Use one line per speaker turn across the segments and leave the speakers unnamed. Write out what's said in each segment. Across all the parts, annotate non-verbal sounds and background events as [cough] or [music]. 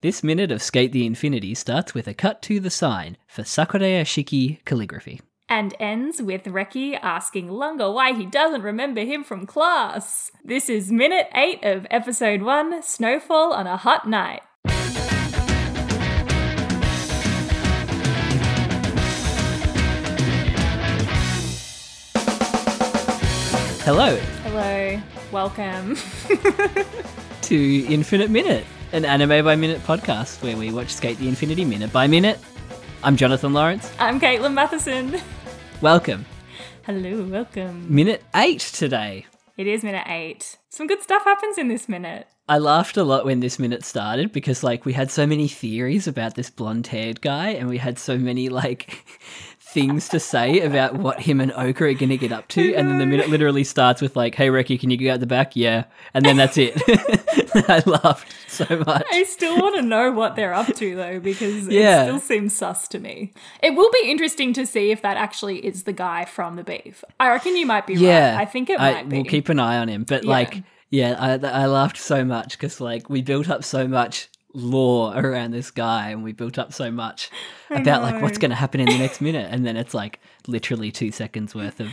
This minute of Skate the Infinity starts with a cut to the sign for Sakurai Shiki calligraphy.
and ends with Reki asking Lunga why he doesn't remember him from class. This is minute 8 of episode 1 Snowfall on a Hot Night.
Hello
Hello, welcome. [laughs]
to Infinite Minute, an anime by minute podcast where we watch Skate the Infinity minute by minute. I'm Jonathan Lawrence.
I'm Caitlin Matheson.
Welcome.
Hello, welcome.
Minute 8 today.
It is minute 8. Some good stuff happens in this minute.
I laughed a lot when this minute started because like we had so many theories about this blonde-haired guy and we had so many like [laughs] things to say about what him and Oka are going to get up to and then the minute literally starts with like hey Reki can you go out the back yeah and then that's it. [laughs] I laughed so much.
I still want to know what they're up to though, because
Yeah.
it still seems sus to me. It will be interesting to see if that actually is the guy from the beef. I reckon you might be
Yeah.
right. I think it might be.
We'll keep an eye on him but
Yeah.
like yeah I I laughed so much cuz like we built up so much lore around this guy and we built up so much about like what's
know.
going to happen in the
[laughs]
next minute and then it's like literally 2 seconds worth of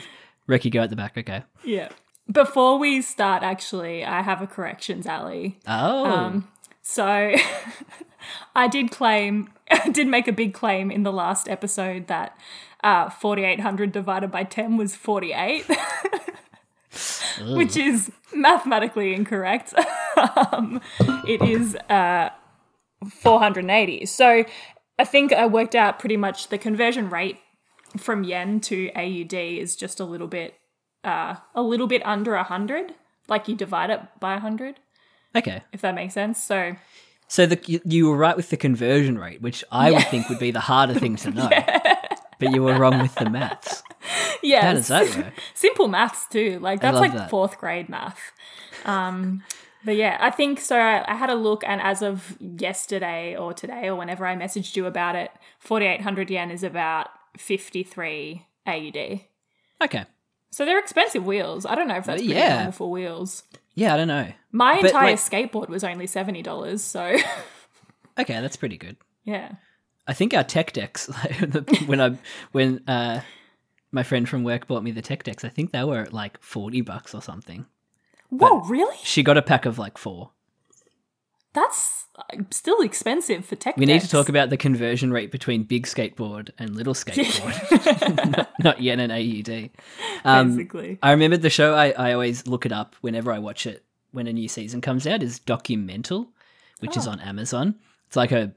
Reki go at the back okay
Yeah. Before we start, actually, I have a corrections alley.
Oh,
Um, So [laughs] I did claim, [laughs] I did make a big claim in the last episode that uh, 4,800 divided by 10 was 48, [laughs] which is mathematically incorrect. [laughs] um, it is uh, 480. So I think I worked out pretty much the conversion rate from yen to AUD is just a little bit, uh, a little bit under 100. Like you divide it by 100,
okay.
if that makes sense. So.
So the, you, you were right with the conversion rate, which I would think would be the harder thing
[laughs]
to know. But you were wrong with the maths.
Yes.
How does that work?
[laughs] Simple maths too. Like that's
love
like
that.
fourth grade math. Um, but yeah, I think so. I, I had a look, and as of yesterday or today or whenever I messaged you about it, forty eight hundred yen is about fifty three AUD.
Okay.
So they're expensive wheels. I don't know if that's pretty
Yeah.
normal for wheels.
Yeah, I don't know.
My
But,
entire
like-
skateboard was only seventy dollars. So [laughs]
Okay, that's pretty good.
yeah,
I think our tech decks, [laughs] like, the- when I when uh, my friend from work bought me the tech decks, I think they were at like forty bucks or something.
whoa, really?
She got a pack of like four.
That's uh, still expensive for tech.
We need to
decks.
talk
[laughs]
about the conversion rate between big skateboard and little
[laughs]
skateboard, [laughs] not, not yen and AUD. Um,
basically.
I remembered the show I, I always look it up whenever I watch it when a new season comes out is Documental, which is
Oh.
on Amazon. It's like a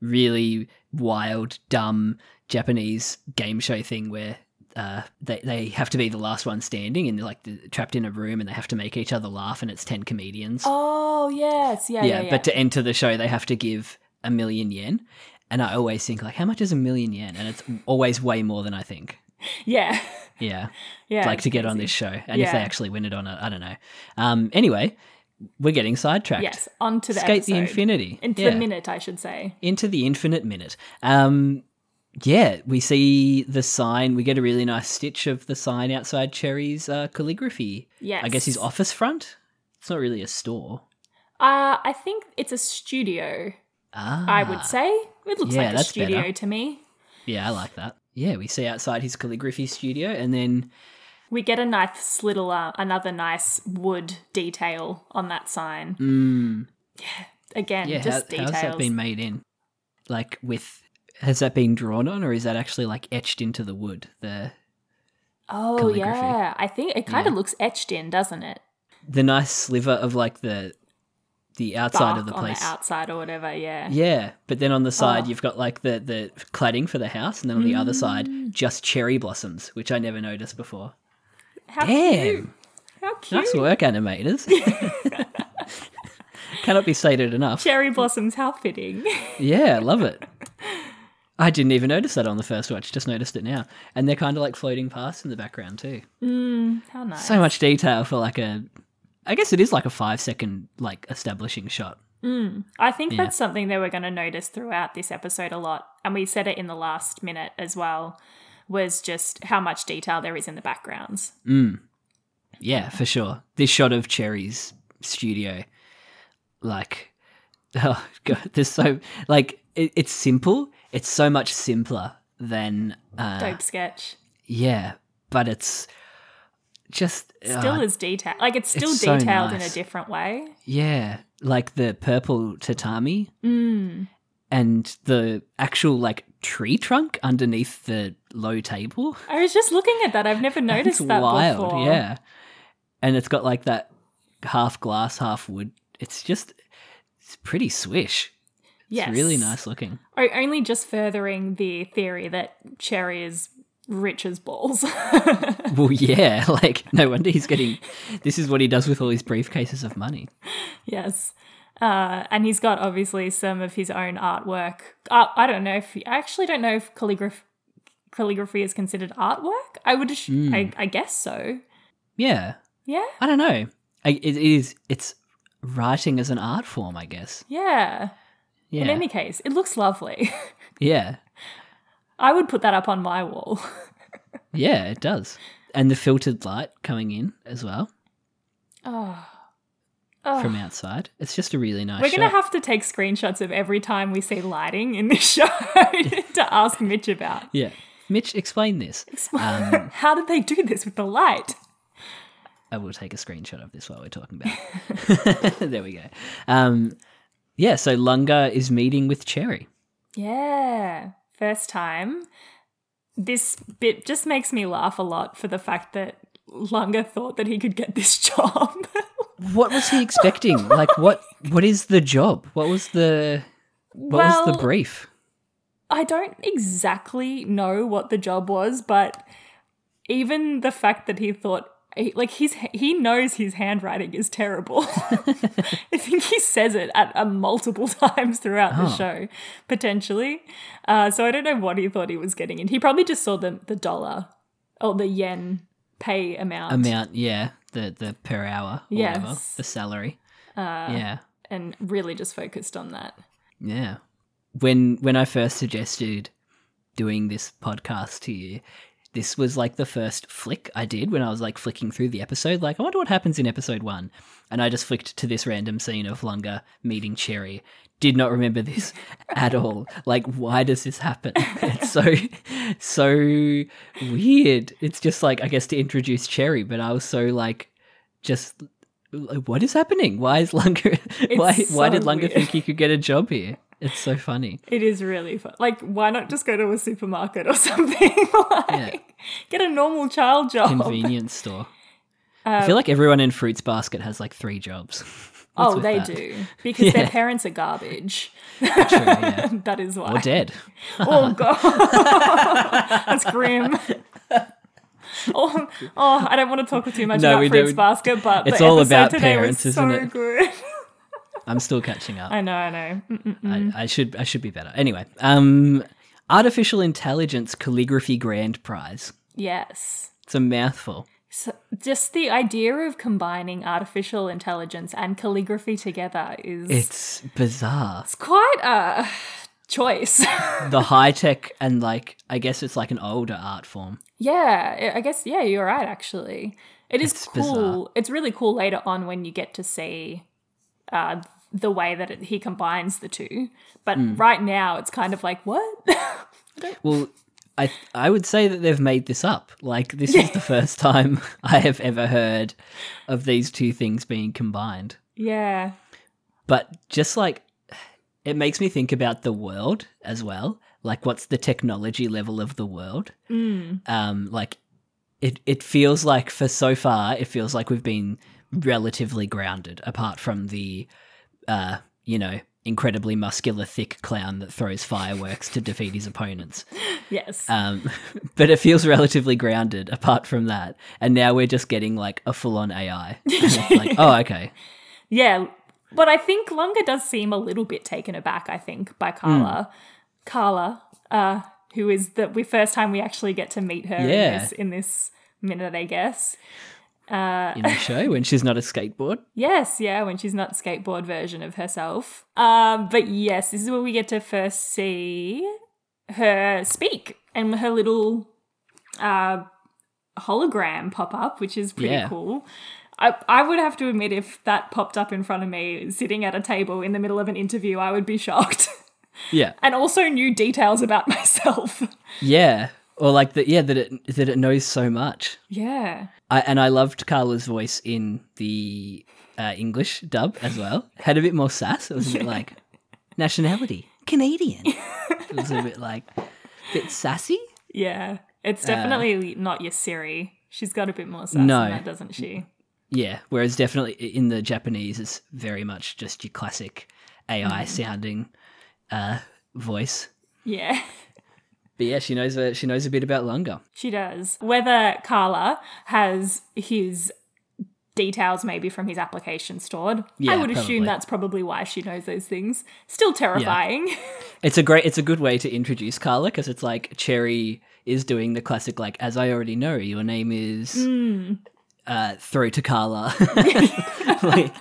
really wild, dumb Japanese game show thing where uh, they they have to be the last one standing and they're like the, trapped in a room and they have to make each other laugh and it's ten comedians.
Oh yes, yeah, yeah. yeah.
but to enter the show they have to give a million yen. And I always think like, how much is a million yen? And it's always way more than I think.
yeah, [laughs]
Yeah
yeah.
like to get on
crazy.
this show and if they
Yeah.
actually win it on it i don't know um anyway we're getting sidetracked
Yes, onto the
skate
episode.
the infinity
Into
Yeah.
the minute, I should say.
into the infinite minute um yeah we see the sign we get a really nice stitch of the sign outside cherry's uh, calligraphy
Yes.
i guess his office front it's not really a store
Uh, I think it's a studio.
ah
I would say it looks
Yeah,
like a
that's
studio
better.
to me.
yeah i like that yeah we see outside his calligraphy studio and then
We get a nice little, uh, another nice wood detail on that sign.
mm,
Again,
yeah
just
how,
details.
how's that been made in like with has that been drawn on or is that actually like etched into the wood the
oh
calligraphy?
yeah, I think it kind of
Yeah.
looks etched in, doesn't it?
the nice sliver of like the the outside of
Bark
the
on
place
the outside or whatever. Yeah.
yeah but then on the side
Oh.
you've got like the the cladding for the house and then on the other side
Mm.
just cherry blossoms which i never noticed before
How
Damn.
cute! How cute!
nice work animators [laughs] Cannot be stated enough.
Cherry blossoms, how fitting. [laughs]
Yeah, love it. I didn't even notice that on the first watch, just noticed it now. And they're kind of like floating past in the background too.
Mm, how nice.
So much detail for like a I guess it is like a 5 second like establishing shot.
I think that's something that we're going to notice throughout this episode a lot. And we said it in the last minute as well, was just how much detail there is in the backgrounds.
Yeah, for sure. This shot of Cherry's studio, like, [laughs] oh god, there's so like it, it's simple. It's so much simpler than uh,
Dope sketch.
yeah, but it's just uh,
Still is detail. Like it's still
it's so
detailed in a
nice.
different way.
Yeah, like the purple tatami
Mm.
and the actual like tree trunk underneath the low table.
I was just looking at that. I've never noticed
it's
that
wild,
before.
yeah. And it's got like that half glass, half wood. It's just it's pretty swish.
Yes.
It's really nice looking.
O- only just furthering the theory that Cherry is rich as balls. [laughs]
Well, [laughs] yeah, like no wonder he's getting. This is what he does with all his briefcases of money.
yes. Uh, and he's got obviously some of his own artwork. Uh, I don't know if I actually don't know if calligraph- calligraphy is considered artwork. I would, ass-
Hmm.
I, I guess so.
Yeah,
Yeah,
I don't know. I, it is. It's writing as an art form, I guess.
yeah.
Yeah,
In any case, it looks lovely. [laughs]
yeah,
I would put that up on my wall.
yeah. It does. And the filtered light coming in as well
Oh. Oh.
from outside. It's just a really nice.
We're going to
shot.
have to take screenshots of every time we see lighting in this [laughs] show to ask Mitch about.
Yeah, Mitch, explain this. Um,
[laughs] How did they do this with the light?
I will take a screenshot of this while we're talking
[laughs]
about. it. [laughs] there we go. Um, yeah, so Lunga is meeting with Cherry.
Yeah, first time. This bit just makes me laugh a lot for the fact that Lunga thought that he could get this [laughs] job.
What was he
[laughs]
expecting? like what? What is the job? What was the? What
well,
was the brief?
I don't exactly know what the job was, but even the fact that he thought he- like he's he knows his handwriting is terrible. [laughs] I think he says it at uh, multiple [laughs] times throughout the
Oh.
show, potentially. Uh, so I don't know what he thought he was getting in. He probably just saw the the dollar or the yen pay amount,
Amount, yeah. The the per hour, or
Yes. Uh.
whatever, the salary. yeah,
and really just focused on that.
yeah. When when I first suggested doing this podcast to you, this was like the first flick I did when I was like flicking through the episode. Like, I wonder what happens in episode one. And I just flicked to this random scene of Lunga meeting Cherry. Did not remember this [laughs] at all. Like, why does this
[laughs]
happen? It's so, so weird. It's just like, I guess to introduce Cherry, but I was so like, just, what is happening? Why is Lunga, [laughs] why, why
so
did Lunga
weird.
think he could get a job here? It's so
[laughs]
funny.
It is really fun. Like, why not just go to a supermarket or [laughs] something? like, get a normal child job. [laughs]
convenience store. I feel like everyone in Fruits Basket has like three jobs. [laughs] What's
Um, Oh,
with
they
that?
do
[laughs]
because their parents are garbage. [laughs]
True, yeah.
that is why.
Or dead. [laughs]
Oh god, [laughs] that's grim. oh, oh, I don't want to talk too much
No,
about
we
Fruits
don't.
Basket, but
It's
the
all
episode
about
today
parents,
was
isn't
so
it?
good. [laughs]
I'm still catching up.
I know, I know. Mm, Mm-mm.
I, I should I should be better. Anyway, um, artificial intelligence calligraphy grand prize.
Yes.
It's a mouthful.
So just the idea of combining artificial intelligence and calligraphy together is
It's bizarre.
it's quite a choice. [laughs]
The high tech and like I guess it's like an older art form.
Yeah, I I guess yeah, you're right. Actually, it is
It's
cool.
bizarre.
It's really cool later on when you get to see uh, the way that it, he combines the two. But
Hmm.
right now, it's kind of like what? [laughs]
Well, I I would say that they've made this up. Like this is the
[laughs]
first time [laughs] I have ever heard of these two things being combined.
yeah,
but just like it makes me think about the world as well like what's the technology level of the world
Hmm.
um like it it feels like for so far it feels like we've been relatively grounded apart from the uh you know incredibly muscular thick clown that throws fireworks to defeat his opponents
yes,
um [laughs] but it feels relatively grounded apart from that and now we're just getting like a full on ai like oh okay
yeah. But I think Lunga does seem a little bit taken aback, I think, by Carla.
Hmm.
Carla, uh, who is the we first time we actually get to meet her
Yeah.
in, this, in this minute, I guess.
in the show when she's not a skateboard.
Yes, yeah, when she's not skateboard version of herself. Um, but yes, this is where we get to first see her speak and her little uh, hologram pop up, which is pretty
Yeah.
cool. I, I would have to admit, if that popped up in front of me sitting at a table in the middle of an interview, I would be shocked. [laughs]
Yeah,
and also new details about [laughs] myself.
yeah, or like that. Yeah, that it that it knows so much.
yeah.
I, and I loved Carla's voice in the uh, English dub as well. Had a bit more sass. It was a bit like nationality Canadian. It was a bit like bit sassy.
Yeah. It's definitely not your Siri. She's got a bit more sass than
Uh. No.
that, doesn't she?
Yeah, whereas definitely i- in the Japanese, it's very much just your classic AI sounding uh, voice.
Yeah. [laughs]
But yeah, she knows a, she knows a bit about Lunga.
She does. Whether Carla has his details maybe from his application stored,
Yeah,
I would assume
probably.
that's probably why she knows those things. Still terrifying. [laughs]
It's a great, it's a good way to introduce Carla because it's like Cherry is doing the classic, like as I already know, your name is
Mm. Hmm.
uh, throw to Carla. [laughs] like,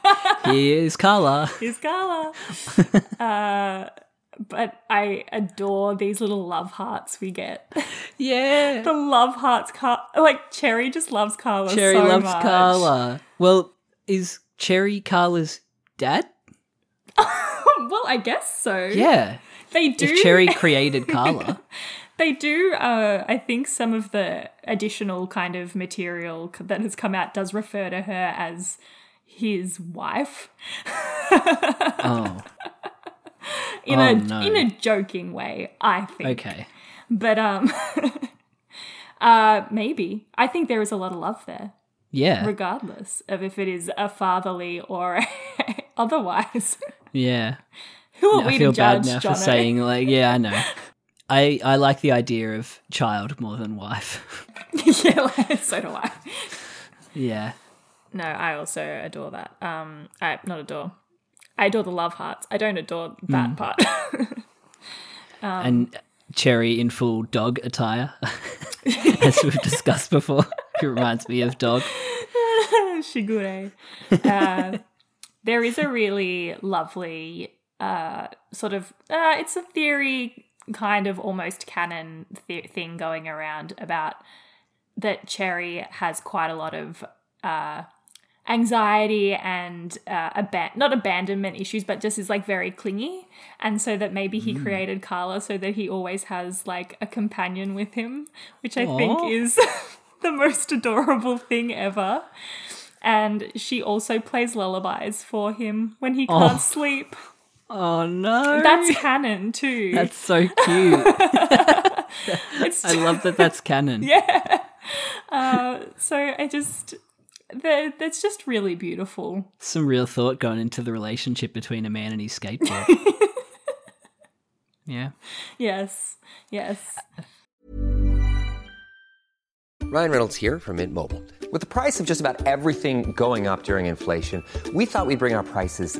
here's Carla. [laughs]
Is Carla. uh, but I adore these little love hearts we get. [laughs]
Yeah,
the love hearts, Car- like Cherry just loves Carla.
Cherry
so
loves
much.
Carla. Well, is Cherry Carla's dad?
[laughs] well, I guess so.
Yeah,
they do.
if Cherry created Carla.
[laughs] They do. Uh, I think some of the additional kind of material c- that has come out does refer to her as his wife [laughs]
Oh,
in
Oh,
a
no.
in a joking way. I think,
okay.
but um, [laughs] uh, maybe I think there is a lot of love there,
Yeah.
regardless of if it is a fatherly or [laughs] otherwise. [laughs]
Yeah.
Who are we
I
to
feel bad
judge,
now
Jono?
for saying like, yeah, I know. I I like the idea of child more than wife. [laughs]
[laughs] yeah, [laughs] like, so do I.
yeah.
No, I also adore that. Um, I not adore. I adore the love hearts. I don't adore that part. [laughs]
and Cherry in full dog attire, [laughs] as we've discussed before. It reminds me of dog.
[laughs] Shigure. Uh, there is a really lovely uh, sort of uh, it's a theory kind of almost canon th- thing going around about that Cherry has quite a lot of uh, anxiety and uh, aban- not abandonment issues, but just is like very clingy, and so that maybe he created Carla so that he always has like a companion with him, which I
Aw.
think is [laughs] the most adorable thing ever. And she also plays lullabies for him when he can't sleep.
Oh no,
That's canon too.
that's so cute.
It's uh,
I love that. That's
[laughs]
canon. Yeah.
so I just the, that's just really beautiful.
Some real thought going into the relationship between a man and his
[laughs]
skateboard. yeah.
Yes, yes.
Ryan Reynolds here from Mint Mobile. With the price of just about everything going up during inflation, we thought we'd bring our prices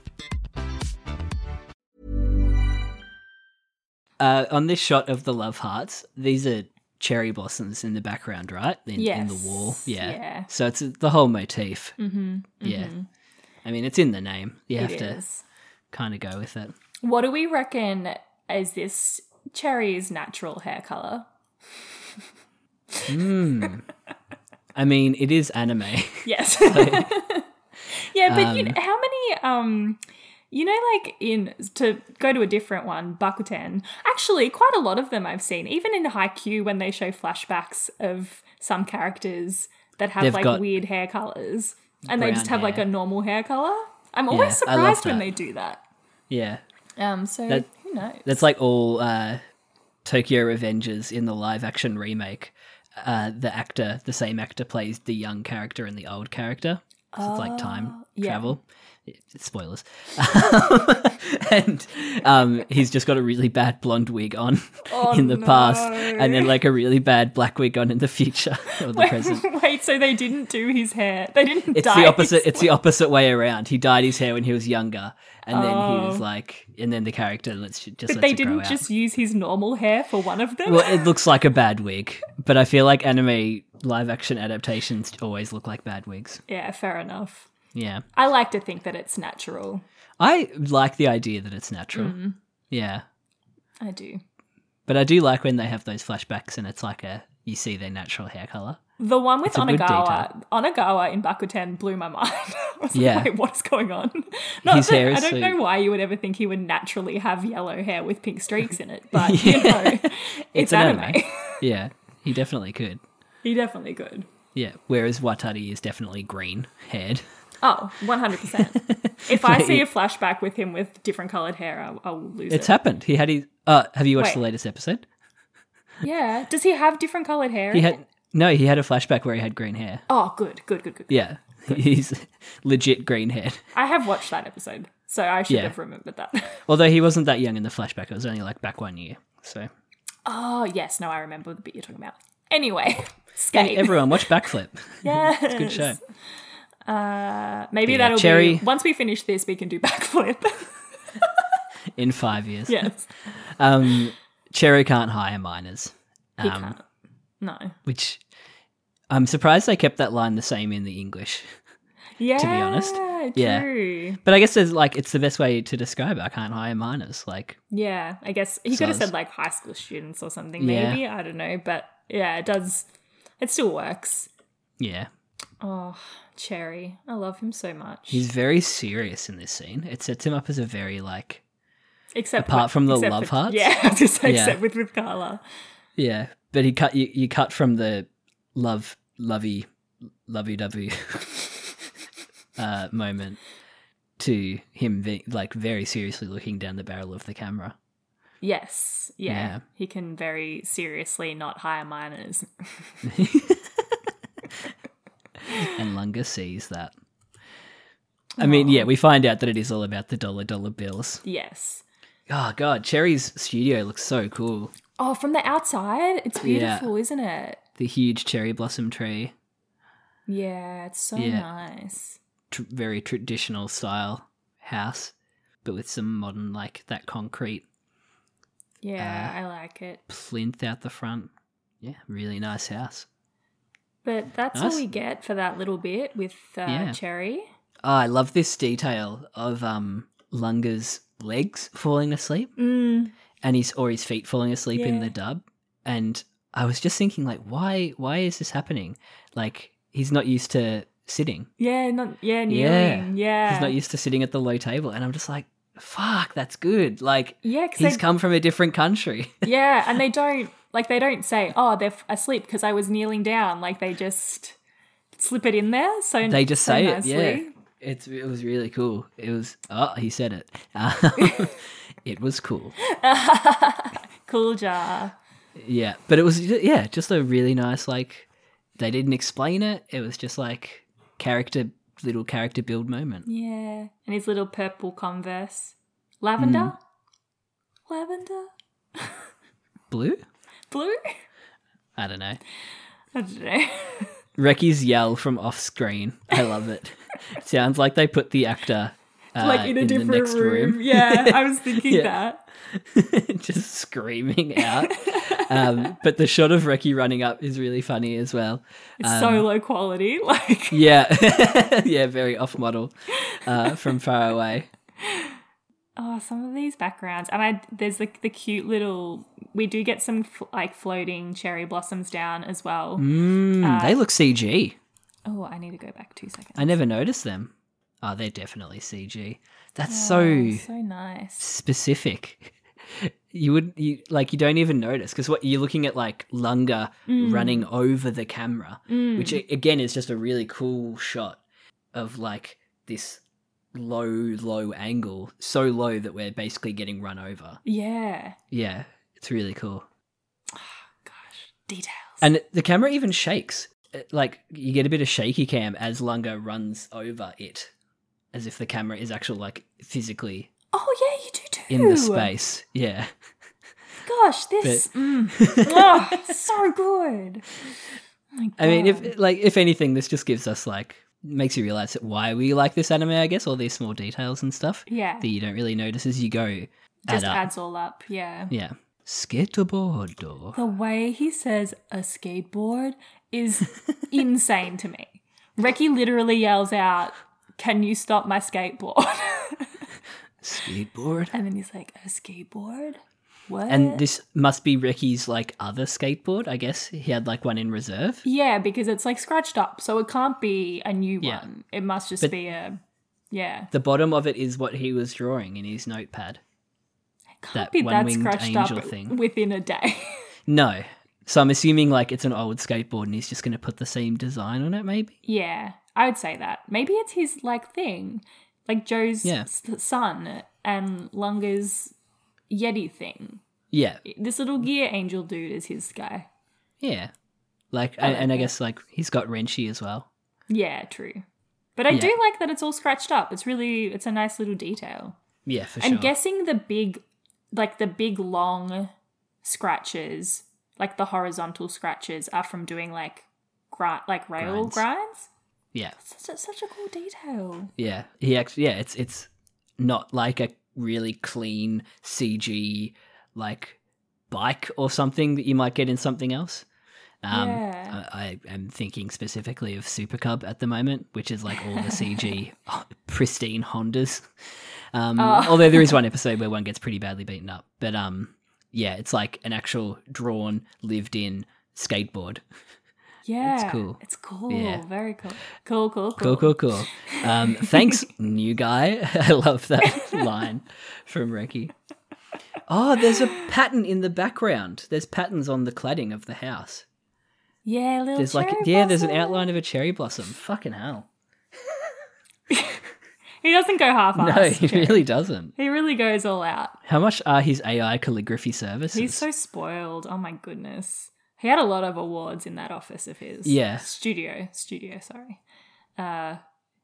Uh, on this shot of the love hearts, these are cherry blossoms in the background, right? In, in the wall.
Yes,
Yeah.
yeah.
So it's the whole motif. Mm-hmm, Yeah. I mean, it's in the name. You have
It
to
is.
kind of go with it.
What do we reckon is this cherry's natural hair color?
I mean, it is anime. [laughs]
Yes. yeah, but you know, how many um you know like in to go to a different one, Bakuten. Actually, quite a lot of them I've seen. Even in Haikyuu when they show flashbacks of some characters that have
They've
like
got
weird hair colors and they
brown
just have like
hair.
a normal hair color. I'm always
I love
surprised when
that.
they do that.
yeah.
Um so
That-
who knows? [laughs]
That's like all uh, Tokyo Revengers in the live action remake. Uh, the actor, the same actor, plays the young character and the old character. So it's like time
yeah.
travel. It's spoilers. [laughs] and um, he's just got a really bad blonde wig on [laughs] in the past, and then like a really bad black wig on in the future [laughs] or the present.
Wait, so they didn't do his hair. They didn't
It's
dye
the
his-
opposite. It's the opposite way around. He dyed his hair when he was younger, and then he was like, and then the character lets just lets
Oh. But they
it grow
didn't
out.
just use his normal hair for one of them.
Well, it looks like a bad wig, but I feel like anime live action adaptations always look like bad wigs.
yeah, fair enough.
Yeah.
I like to think that it's natural.
I like the idea that it's natural.
Mm.
Yeah.
I do.
But I do like when they have those flashbacks and it's like a you see their natural hair color.
The one with
a good
Onagawa, Onagawa in Bakuten blew my [laughs] mind. I was
Yeah.
like, wait, what is going on? [laughs] Not
His
that,
hair is
I don't
so-
know why you would ever think he would naturally have yellow hair with pink streaks
[laughs]
in it, but you know, it's,
an
anime.
anime. Yeah, he definitely could.
[laughs] he definitely could.
Yeah, whereas Watari is definitely green haired.
Oh,
[laughs]
100%. if I see a flashback with him with different colored hair, I'll, I'll lose
It's
it.
happened. He had his. Uh, have you watched the
Wait.
latest episode?
yeah. Does he have different colored hair?
He
in it?
had no. He had a flashback where he had green hair.
Oh, good, good, good, good.
Yeah, [laughs] he's legit green haired.
I have watched that episode, so I should
Yeah.
have remembered that. [laughs]
Although he wasn't that young in the flashback, it was only like back one year. So
oh, yes, no, I remember the bit you're talking about. Anyway,
hey,
[laughs] skate.
everyone watch Backflip.
yes. Uh,
Good show.
Maybe
Yeah,
that'll
Cherry.
be once we finish this, we can do [laughs] backflip.
In five years,
yes.
um, Cherry can't hire minors,
He
Um,
can't. No.
which I'm surprised they kept that line the same in the English.
Yeah.
honest,
True.
yeah.
Yeah.
But I guess there's like it's the best way to describe it. I can't hire minors. Like
I guess he could have
Sounds-
said like high school students or something,
Yeah.
maybe. I don't know. But yeah, it does. It still works.
yeah,
Oh, Cherry. I love him so much.
he's very serious in this scene. It sets him up as a very like
except
apart
with-
from the
except
love
for-
hearts?
Yeah, [laughs] I was gonna say,
Yeah.
except with, with Carla.
yeah. But he cut you, you cut from the love lovey lovey dovey [laughs] uh, moment to him ve- like very seriously looking down the barrel of the camera.
Yes. Yeah.
Yeah.
He can very seriously not hire minors.
and Lunga sees that. I mean, yeah, we find out that it is all about the dollar dollar bills.
Yes.
Oh god, Cherry's studio looks so cool.
Oh, from the outside, it's
Yeah.
beautiful, isn't it?
The huge cherry blossom tree,
Yeah, it's so
Yeah.
nice.
tr- very traditional style house, but with some modern like that concrete Uh,
Yeah, I like it.
plinth out the front. Yeah, really nice house.
But that's
nice.
all we get for that little bit with uh,
Yeah.
Cherry.
Oh, I love this detail of um Lunga's legs falling asleep.
Mm.
and his or his feet falling asleep in
Yeah.
the dub. And I was just thinking, like, why why is this happening? Like, he's not used to sitting.
Yeah, not yeah,
Yeah.
kneeling. Yeah,
He's not used to sitting at the low table. And I'm just like, fuck, that's good. Like,
Yeah, 'cause
he's
they-
come from a different country. [laughs]
yeah, and they don't like they don't say, "Oh, they're f- asleep" because I was kneeling down. Like they just slip it in there. So
they just
so
say
nicely.
it. Yeah, it's it was really cool. It was oh, he said
[laughs]
it. [laughs] Um, it was cool.
Cool jar.
Yeah, but it was yeah, just a really nice like. They didn't explain it. It was just like character little character build moment.
Yeah, and his little purple Converse, lavender,
Mm.
lavender,
Blue.
blue. [laughs]
I don't know.
I don't know.
Reki's yell from off screen. I love it. Sounds like they put the actor [laughs] uh,
like in a
the
different
next
room.
[laughs]
Yeah, I was thinking
Yeah.
that.
just screaming out. Um, but the shot of Reki running up is really funny as well.
It's
Um,
so low quality. [laughs]
[laughs]
Like,
Yeah, yeah, very off model uh, from far away.
oh, some of these backgrounds, and I there's the the cute little. We do get some f- like floating cherry blossoms down as well.
Mm, they look CG.
Oh, I need to go back two seconds.
I never noticed them. Oh, they're definitely CG. That's so
Oh, so nice.
specific. [laughs] You would you like you don't even notice because what you're looking at like Lunga
Hmm. Mm.
running over the camera, which a- again is just a really cool shot of like this low low angle, so low that we're basically getting run over.
Yeah.
Yeah, it's really cool.
Gosh, details.
And the camera even shakes. It- Like you get a bit of shaky cam as Lunga runs over it, as if the camera is actually like physically
oh yeah, you do too.
in the space. Yeah.
Gosh, this.
[laughs]
mm. oh, so good. Oh my
I mean,
God.
if like if anything, this just gives us like makes you realize that why we like this anime. I guess all these small details and stuff
yeah,
that you don't really notice as you go.
just
add up.
adds all up. Yeah.
Yeah. Skateboard.
The way he says a skateboard
[laughs]
is insane to me. Reki literally yells out, Can you stop my skateboard? [laughs]
Skateboard.
and then he's like, A skateboard? What?
And this must be Ricky's like other skateboard. I guess he had like one in reserve.
yeah, because it's like scratched up. So it can't be a new
Yeah.
one. It must just
But-
be a. Yeah.
The bottom of it is what he was drawing in his notepad.
Can't
that
be that
one-winged
scratched
angel
up
thing.
within a day. [laughs]
No. So I'm assuming like it's an old skateboard and he's just going to put the same design on it maybe.
yeah, I would say that. Maybe it's his like thing, like Joe's
Yeah.
s- son and Lunga's Yeti thing.
Yeah.
this little
Mm.
gear angel dude is his guy.
Yeah. Like and, and I guess like he's got Renshi as well.
Yeah, true. But I do like that it's all scratched up. It's really it's a nice little detail.
Yeah, for
I'm
sure.
guessing the big like the big long scratches, like the horizontal scratches are from doing like grind like rail
Grinds.
grinds.
yeah.
Such a, such a cool detail.
Yeah. He actually yeah, it's it's not like a really clean CG like bike or something that you might get in something else. Um
Yeah.
I, I am thinking specifically of Super Cub at the moment, which is like all the
[laughs]
CG pristine Hondas. Um
Oh. [laughs]
although there is one episode where one gets pretty badly beaten up. But um yeah, it's like an actual drawn, lived in skateboard.
Yeah.
cool.
It's cool.
Yeah.
Very cool. Cool, cool, cool.
Cool, cool, cool. Um, thanks, new guy. [laughs] I love
[laughs]
that line from Reki. Oh, there's a pattern in the background. There's patterns on the cladding of the house.
Yeah, little
There's like,
cherry
yeah, there's an
blossom.
outline of a cherry blossom. Fucking hell.
He doesn't go half
No, [laughs] he
[laughs] assed.
really doesn't.
he really goes all out.
How much are his AI calligraphy services?
He's so spoiled. Oh my goodness. He had a lot of awards in that office of his.
Yeah.
Studio. Studio, sorry. Uh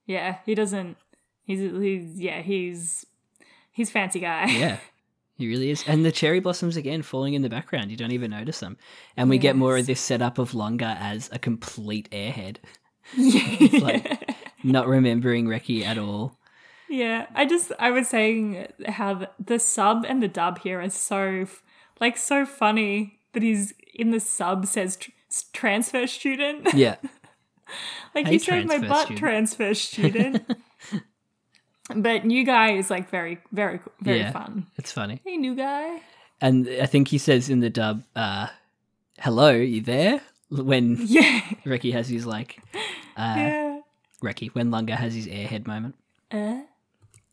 yeah, he doesn't he's he's yeah, he's he's fancy guy.
yeah, he really is. And the cherry blossoms again falling in the background. You don't even notice them. And we get more of this setup of Longa as a complete airhead,
yeah.
like- not remembering Reki at all.
[laughs] yeah. I just I was saying how the, the sub and the dub here are so f- like so funny that he's in the sub says tr- transfer student. [laughs]
Yeah.
Like
Hey,
you saved my
transfer
butt,
student. [laughs]
transfer student. but new guy is like very, very, very
Yeah.
fun.
It's funny.
Hey, new guy.
And I think he says in the dub, uh, hello, you there? When
Yeah,
Reki has his, like,
yeah.
Reki, when Lunga has his airhead moment.
Uh,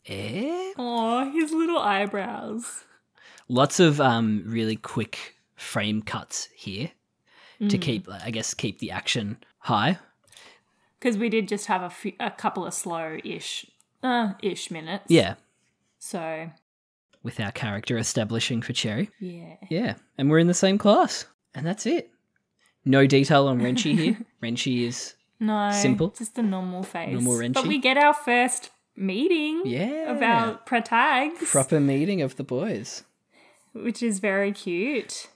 Eh?
oh, his little eyebrows.
Lots of um, really quick frame cuts here to keep, I guess, keep the action high.
Because we did just have a few, a couple of slow-ish, uh, ish minutes.
Yeah.
So
With our character establishing for Cherry.
yeah,
Yeah. And we're in the same class. And that's it. No detail on Renchi here. Renchi is,
no,
Simple.
just a normal face.
Normal
But
Renchi.
we get our first meeting.
yeah.
About pretags,
proper meeting of the boys.
which is very cute.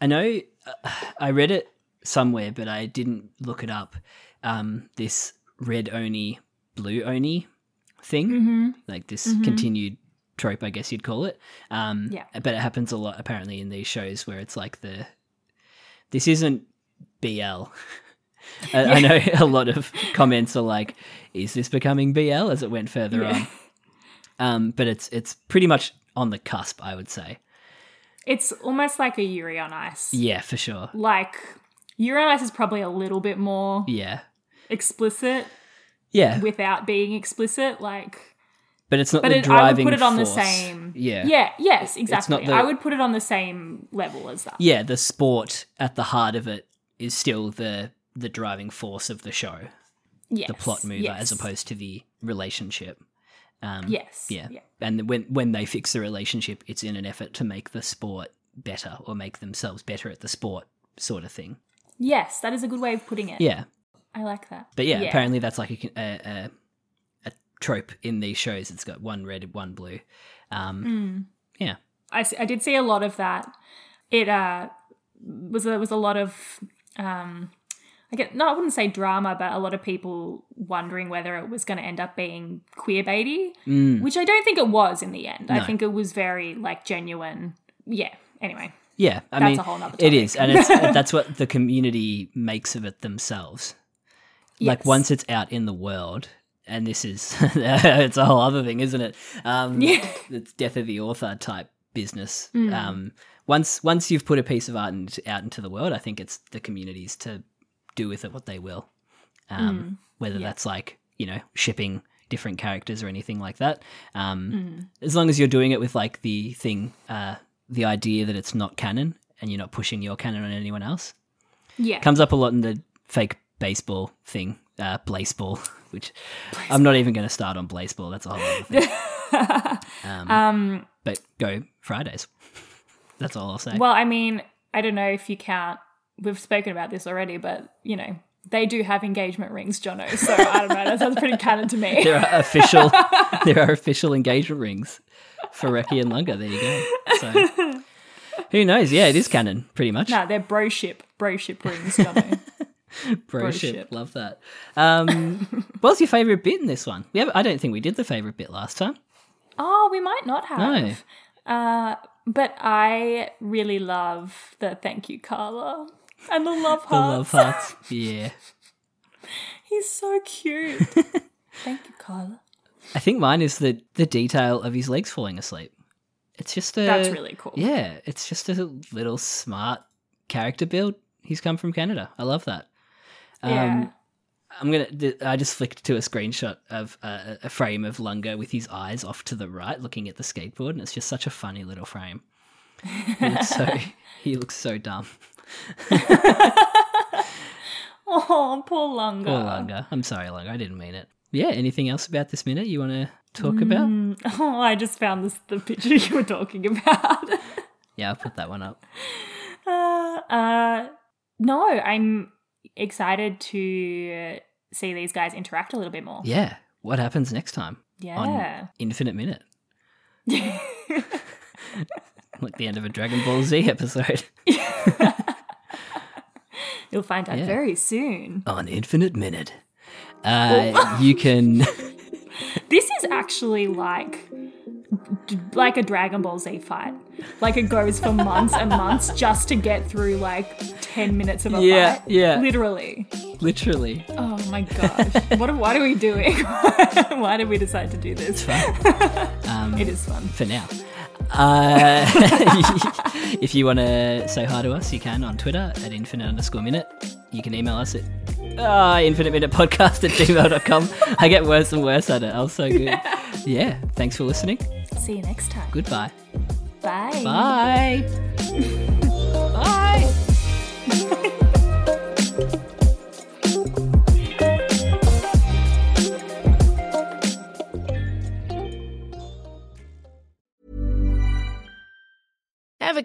I know uh, I read it somewhere, but I didn't look it up. Um, this red oni, blue oni thing, like this continued trope, I guess you'd call it. Um,
Yeah.
But it happens a lot apparently in these shows where it's like the this isn't BL. [laughs] I, I know a lot of comments are like, "Is this becoming BL?" As it went further on, um, but it's it's pretty much on the cusp, I would say.
It's almost like a Yuri on Ice.
Yeah, for sure.
Like Yuri on Ice is probably a little bit more
Yeah,
explicit
yeah,
without being explicit. Like,
but it's not
but
the
it, I would
driving
put it on the
force.
same.
Yeah,
Yeah. Yes.
not
Exactly.
the-
I would put it on the same level as that.
yeah. The sport at the heart of it is still the the driving force of the show,
Yes.
the plot mover,
yes.
as opposed to the relationship. Um,
Yes.
Yeah. And when when they fix the relationship, it's in an effort to make the sport better or make themselves better at the sport, sort of thing.
Yes, that is a good way of putting it.
Yeah.
I like that.
But yeah, apparently that's like a, con- a, a a trope in these shows. It's got one red, one blue. Um, Yeah.
I, s- I did see a lot of that. It uh, was a, was a lot of um, I get no, I wouldn't say drama, but a lot of people wondering whether it was going to end up being queer baity,
Mm.
which I don't think it was in the end. I think it was very like genuine. Yeah. Anyway,
Yeah. I
That's
mean,
a whole nother
it is, and
topic. [laughs]
it's that's what the community makes of it themselves. Like
Yes.
once it's out in the world. And this is, [laughs] it's a whole other thing, isn't it? Um,
Yeah. Mm.
It's death of the author type business. Um, once once you've put a piece of art in, out into the world, I think it's the communities to do with it what they will.
Mm.
Um, Whether that's like you know shipping different characters or anything like that.
Mm.
Um, As long as you're doing it with like the thing, uh, the idea that it's not canon and you're not pushing your canon on anyone else,
yeah.
comes up a lot in the fake baseball thing, uh, baseball, [laughs] which I'm not even going to start on baseball. That's a whole other thing. [laughs] um, but go Fridays. [laughs] That's all I'll say.
Well, I mean, I don't know if you count. We've spoken about this already, but you know, they do have engagement rings, Jono. So I don't know. That sounds pretty canon to
[laughs]
me.
there are official there are official engagement rings for Reki and Lunga. There you go. So who knows? Yeah, it is canon, pretty much.
No, Uh, they're broship, broship
[laughs]
rings, Jono.
Bro ship.
ship.
Love that. Um, [laughs] what's your favourite bit in this one? We have, I don't think we did the favourite bit last time.
oh, we might not have.
No.
Uh, but I really love the thank you, Carla, and the love
The
heart.
love hearts. Yeah.
[laughs] He's so
[laughs]
cute. thank you, Carla.
I think mine is the the detail of his legs falling asleep. It's just a
That's really cool.
Uh, Yeah, it's just a little smart character build. He's come from Canada. I love that. um,
Yeah.
I'm gonna. th- I just flicked to a screenshot of uh, a, a frame of Lunga with his eyes off to the right, looking at the skateboard, and it's just such a funny little frame. He looks
[laughs]
so he looks so dumb.
[laughs] Oh, poor Lunga.
Poor Lunga. I'm sorry, Lunga. I didn't mean it. Yeah. Anything else about this minute you want to talk about?
[laughs] Oh, I just found this the picture [laughs] you were talking about.
Yeah, I'll put that one up.
Uh, uh, no, I'm excited to see these guys interact a little bit more.
Yeah. What happens next time?
Yeah.
On Infinite Minute. like the end of a Dragon Ball Z episode. [laughs]
You'll find out
Yeah.
very soon.
on Infinite Minute. Uh, you can. [laughs]
This is actually like d- like a Dragon Ball Z fight. Like it goes for months and months just to get through like 10 minutes of a
Yeah,
fight.
yeah.
Literally.
Literally.
Oh my
[laughs]
gosh. what are, what are we doing? [laughs] Why did we decide to do this? [laughs]
Um,
it is fun.
for now. Uh, [laughs] if you want to say hi to us, you can on Twitter at infinite underscore minute. You can email us at uh, infinite minute podcast at gmail.com. I get worse and worse at it. I was so good. Yeah. Thanks for listening.
See you next time.
Goodbye.
Bye.
Bye. Bye.
Ever